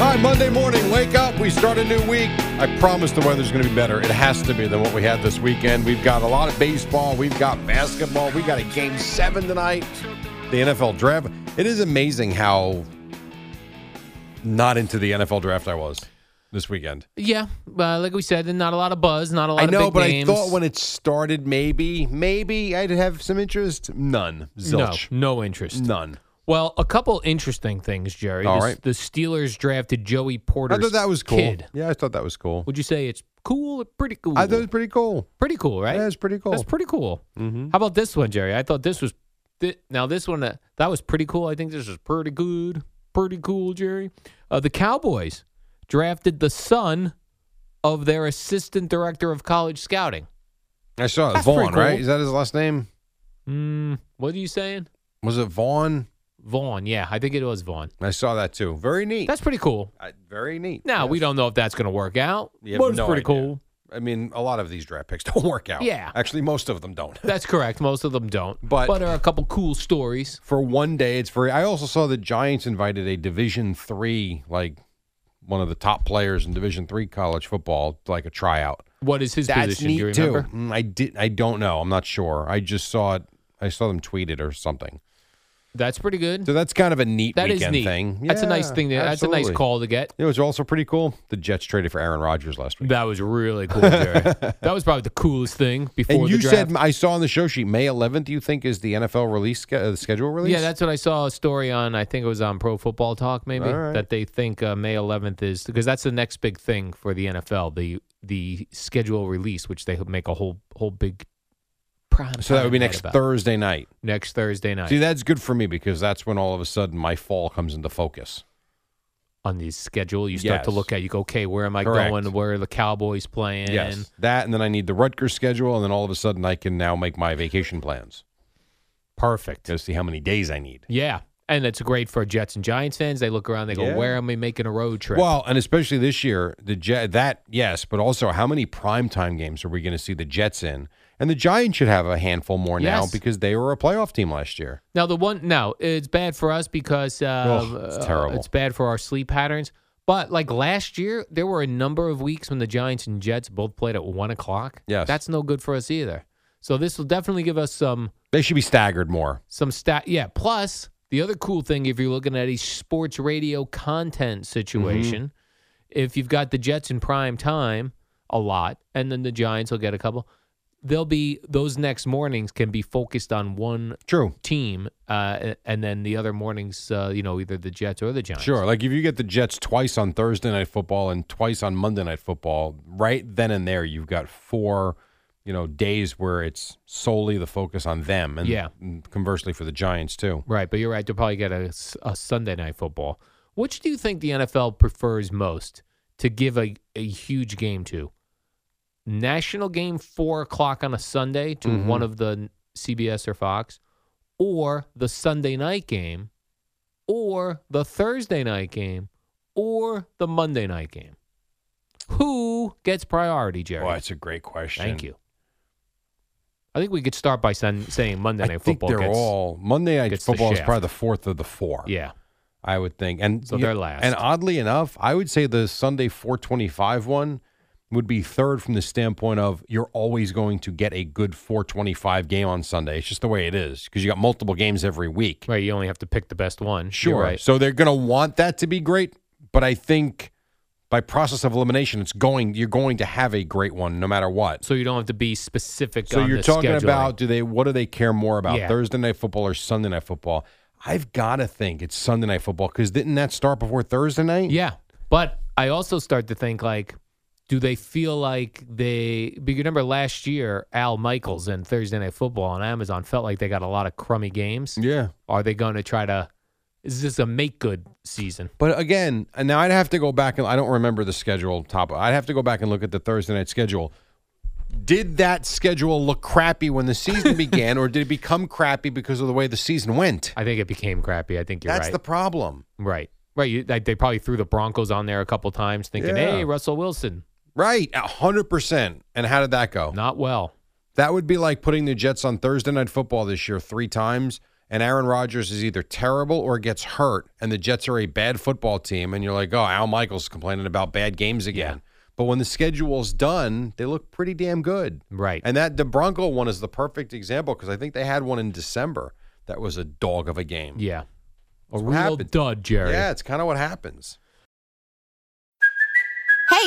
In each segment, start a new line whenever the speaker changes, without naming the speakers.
All right, Monday morning, wake up. We start a new week. I promise the weather's going to be better. It has to be than what we had this weekend. We've got a lot of baseball. We've got basketball. We got a game seven tonight. The NFL draft. It is amazing how not into the NFL draft I was this weekend.
Yeah, uh, like we said, not a lot of buzz, not a lot
I
of
know,
big
but
names.
I thought when it started, maybe, maybe I'd have some interest. None. Zilch.
No, no interest.
None.
Well, a couple interesting things, Jerry.
All
the,
right.
the Steelers drafted Joey
I
Porter.
thought that was cool.
Kid.
Yeah, I thought that was cool.
Would you say it's cool or pretty cool?
I thought it was pretty cool.
pretty cool, right?
Yeah, it's pretty cool. Mm-hmm.
That's pretty cool. How about this one, Jerry? I thought this was thi- now this one uh, that was pretty cool. I think this was pretty good, pretty cool, Jerry. Uh, the Cowboys drafted the son of their assistant director of college scouting.
I saw it.
That's pretty
Vaughn, right?
cool.
Is that his last name?
Mm, what are you saying?
Was it Vaughn?
Vaughn. Yeah, I think it was Vaughn.
I saw that too. Very neat.
That's pretty cool.
I- very neat.
Now we
Yes.
don't know if that's going to work out,
You have
but it's
no
pretty
idea.
cool.
I mean, a lot of these draft picks don't work out.
Yeah.
Actually, most of them don't.
That's correct. Most of them don't,
But-
but there are a couple cool stories.
For one day, it's very. I also saw the Giants invited a Division three, like one of the top players in Division three college football, to, like a tryout.
What is his position? Do you
too.
remember?
Mm, I did. I don't know. I'm not sure. I just saw it. I saw them tweet it or something.
That's pretty good.
So that's kind of a neat
That is
weekend
neat.
thing.
That's a nice
Yeah,
thing. To, that's a nice
absolutely.
call to get.
You know, it was also pretty cool. The Jets traded for Aaron Rodgers last week.
That was really cool, Jerry. that was probably the coolest thing before
And you
the draft.
said I saw on the show sheet May 11th. You think is the NFL release sch- uh, schedule release?
yeah, that's what I saw a story on. I think it was on Pro Football Talk, maybe
All right.
that they think uh, May 11th is because that's the next big thing for the NFL the the schedule release, which they make a whole whole big. prime
so that would be
time
next
about.
Thursday night.
next Thursday night
See, that's good for me because that's when all of a sudden my fall comes into focus.
on the schedule. You start to
Yes.
look at you go, okay, where am I
Correct.
going? Where are the Cowboys playing?
yes, that, and then I need the Rutgers schedule, and then all of a sudden I can now make my vacation plans.
perfect.
Got to see how many days I need.
Yeah, and it's great for Jets and Giants fans. They look around, they go,
Yeah.
where am I making a road trip?
Well, and especially this year, the Jet that yes, but also how many primetime games are we going to see the Jets in? And the Giants should have a handful more now
Yes.
because they were a playoff team last year.
Now the one now it's bad for us because uh,
Ugh, it's
uh,
terrible.
It's bad for our sleep patterns. But like last year, there were a number of weeks when the Giants and Jets both played at one o'clock.
Yes.
that's no good for us either. So this will definitely give us some
They should be staggered more.
some stat. Yeah. Plus the other cool thing, if you're looking at a sports radio content situation,
Mm-hmm.
if you've got the Jets in prime time a lot, and then the Giants will get a couple. they'll be those next mornings can be focused on one
True.
team, uh, a- and then the other mornings, uh, you know, either the Jets or the Giants.
Sure. Like if you get the Jets twice on Thursday night football and twice on Monday night football, right then and there you've got four, you know, days where it's solely the focus on them and
Yeah.
conversely for the Giants too.
Right, but you're right. They'll probably get a, s- a Sunday night football. Which do you think the NFL prefers most to give a, a huge game to? National game, 4 o'clock on a Sunday to one of the n- CBS or Fox, or the Sunday night game, or the Thursday night game, or the Monday night game? Who gets priority, Jerry?
Oh, that's a great question.
Thank you. I think we could start by sen- saying Monday
I
night
think
football
they're
gets.
all Monday night
gets the
football is
shaft.
probably the fourth of the four.
yeah.
I would think. And
So
yeah,
they're last.
And oddly enough, I would say the Sunday 425 one would be third from the standpoint of you're always going to get a good 425 game on Sunday. It's just the way it is because you got multiple games every week.
Right, you only have to pick the best one. You're
Sure.
right.
So they're going to want that to be great, but I think by process of elimination, it's going you're going to have a great one no matter what.
So you don't have to be specific.
So
on
you're
the
talking
scheduling.
about do they what do they care more about
Yeah.
Thursday night football or Sunday night football? I've got to think it's Sunday night football because didn't that start before Thursday night?
yeah, but I also start to think like, do they feel like they? Because remember last year, Al Michaels and Thursday Night Football on Amazon felt like they got a lot of crummy games.
Yeah.
Are they going to try to? Is this a make good season?
But again, and now I'd have to go back and I don't remember the schedule top. I'd have to go back and look at the Thursday night schedule. Did that schedule look crappy when the season began, or did it become crappy because of the way the season went?
I think it became crappy. I think you're
That's
right.
the problem,
right. Right. You, like, they probably threw the Broncos on there a couple times, thinking,
Yeah.
"Hey, Russell Wilson,
right? A hundred percent. And how did that go?
not well."
That would be like putting the Jets on Thursday night football this year three times, and Aaron Rodgers is either terrible or gets hurt, and the Jets are a bad football team, and you're like, oh, Al Michaels complaining about bad games again. But when the schedule's done, they look pretty damn good.
Right.
And that the Bronco one is the perfect example because I think they had one in December that was a dog of a game.
yeah. A
That's what
real
happened.
dud, Jerry.
Yeah, it's kind of what happens.
Hey,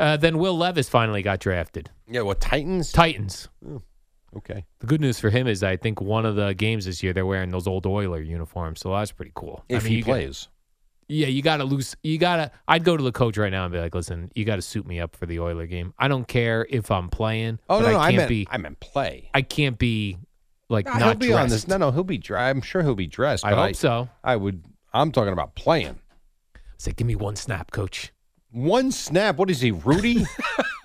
Uh, then Will Levis finally got drafted.
Yeah, well, Titans. Hmm,
Titans.
okay.
The good news for him is I think one of the games this year they're wearing those old Oiler uniforms, so that's pretty cool. I
If
mean,
he
you got-
plays.
yeah, you got to lose. You got to. I'd go to the coach right now and be like, "Listen, you got to suit me up for the Oiler game. I don't care if I'm playing.
oh,
but
no, no, I
I can't
meant,
be.
I meant play.
I can't be like
No,
not
he'll be on this.
dressed.
No, no, he'll be dry. I'm sure he'll be dressed.
I
but
hope so.
I would. I'm talking about playing.
Say, give me one snap, coach.
One snap. What is he, Rudy?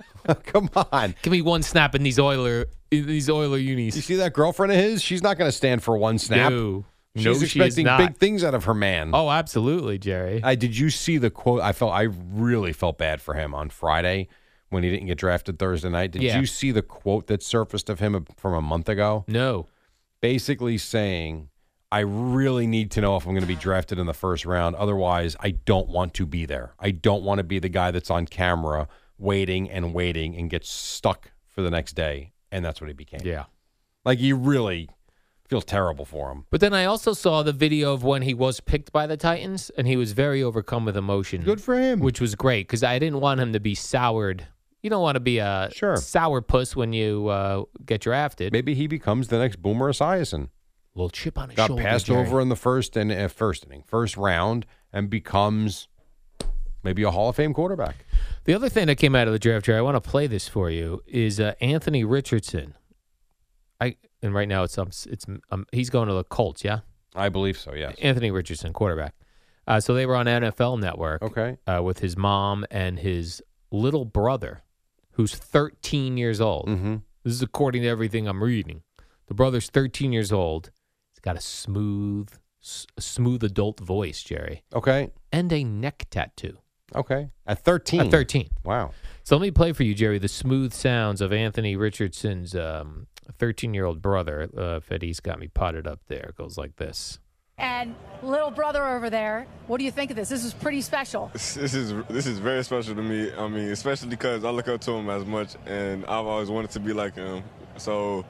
Come on.
Give me one snap in these Oiler in these Oiler
You
unis.
see that girlfriend of his? She's not going to stand for one snap.
No,
She's
no, she is
expecting
not.
big things out of her man.
oh, absolutely, Jerry.
I did you see the quote? I felt I really felt bad for him on Friday when he didn't get drafted Thursday night. Did
Yeah.
you see the quote that surfaced of him from a month ago?
no.
basically saying, I really need to know if I'm going to be drafted in the first round. Otherwise, I don't want to be there. I don't want to be the guy that's on camera waiting and waiting and gets stuck for the next day. And that's what he became.
Yeah.
Like, you really feel terrible for him.
But then I also saw the video of when he was picked by the Titans, and he was very overcome with emotion.
Mm. Good for him.
Which was great because I didn't want him to be soured. You don't want to be a
Sure.
sourpuss when you uh, get drafted.
Maybe he becomes the next Boomer Esiason.
Little chip on his
Got
shoulder.
passed
Jerry.
over in the first and uh, first inning, first round, and becomes maybe a Hall of Fame quarterback.
The other thing that came out of the draft, Jerry, I want to play this for you is uh, Anthony Richardson. I and right now it's um, it's um, he's going to the Colts. Yeah,
I believe so. Yes.
Anthony Richardson, quarterback. Uh, so they were on NFL Network.
Okay.
uh, with his mom and his little brother, who's 13 years old. This is according to everything I'm reading. The brother's 13 years old. He's got a smooth, s- smooth adult voice, Jerry,
Okay.
and a neck tattoo.
Okay. At thirteen.
At 13.
Wow.
So let me play for you, Jerry, the smooth sounds of Anthony Richardson's um, 13 year old brother, uh, Fetty's got me potted up there. It goes like this.
And little brother over there, what do you think of this? This is pretty special.
This, this is this is very special to me. I mean, especially because I look up to him as much, and I've always wanted to be like him. So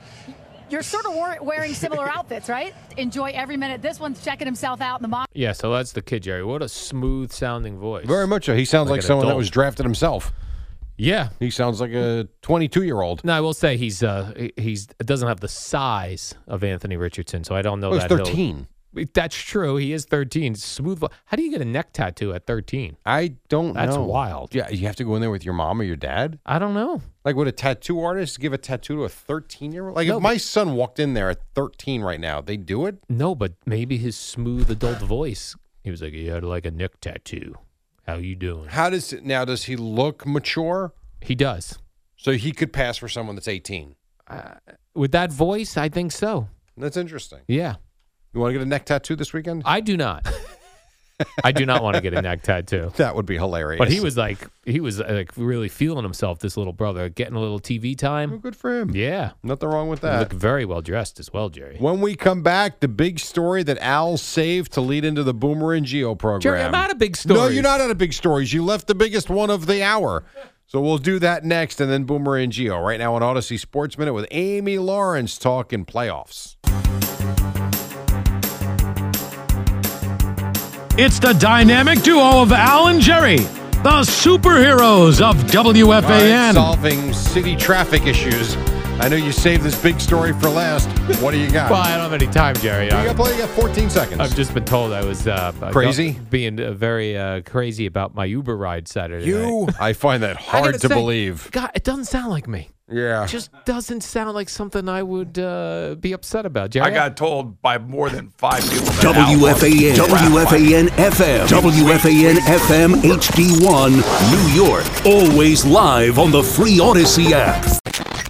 You're sort of wor- wearing similar outfits, right? Enjoy every minute. This one's checking himself out in the mom.
Yeah, so that's the kid, Jerry. What a smooth sounding voice.
Very much so. He sounds
Like
like,
an
someone that
adult.
was drafted himself.
Yeah.
He sounds like a 22 year old.
No, I will say he's uh he- he's doesn't have the size of Anthony Richardson, so I don't know
Oh, He's
that he'll-
13.
That's true. He is 13. Smooth. vo- How do you get a neck tattoo at 13?
I don't
That's
know.
wild.
Yeah, you have to go in there with your mom or your dad.
I don't know.
Like, would a tattoo artist give a tattoo to a 13 year old? Like,
No,
if my son walked in there at 13 right now, they do it?
No, but maybe his smooth adult voice. He was like, "You had like a neck tattoo. How you doing?"
How does it now? Does he look mature?
He does.
So he could pass for someone that's 18.
With that voice, I think so.
That's interesting.
Yeah.
You want to get a neck tattoo this weekend?
I do not. I do not want to get a neck tattoo.
That would be hilarious.
But he was like, he was uh, like really feeling himself. This little brother getting a little TV
Oh,
time.
good for him.
Yeah,
Nothing wrong with
You
that.
look very well dressed as well, Jerry.
When we come back, the big story that Al saved to lead into the Boomer and Geo program.
Jerry, I'm out of big stories.
No, you're not out of big stories. You left the biggest one of the hour. So we'll do that next and then Boomer and Geo. Right now on Odyssey Sports Minute with Amy Lawrence talking playoffs.
It's the dynamic duo of Al and Jerry, the superheroes of
All right,
WFAN.
solving city traffic issues. I know you saved this big story for last. What do you got?
Well, I don't have any time, Jerry.
You got, play, you got 14 seconds.
I've just been told I was uh,
Crazy?
being uh, very uh, crazy about my Uber ride Saturday. night.
you. I find that
I gotta
hard to
say,
believe.
God, it doesn't sound like me.
Yeah.
It just doesn't sound like something I would uh, be upset about, Jerry.
I got told by more than five people. that Al was
WFAN,
a rat.
WFAN FM, WFAN FM HD1, New York. Always live on the free Odyssey app.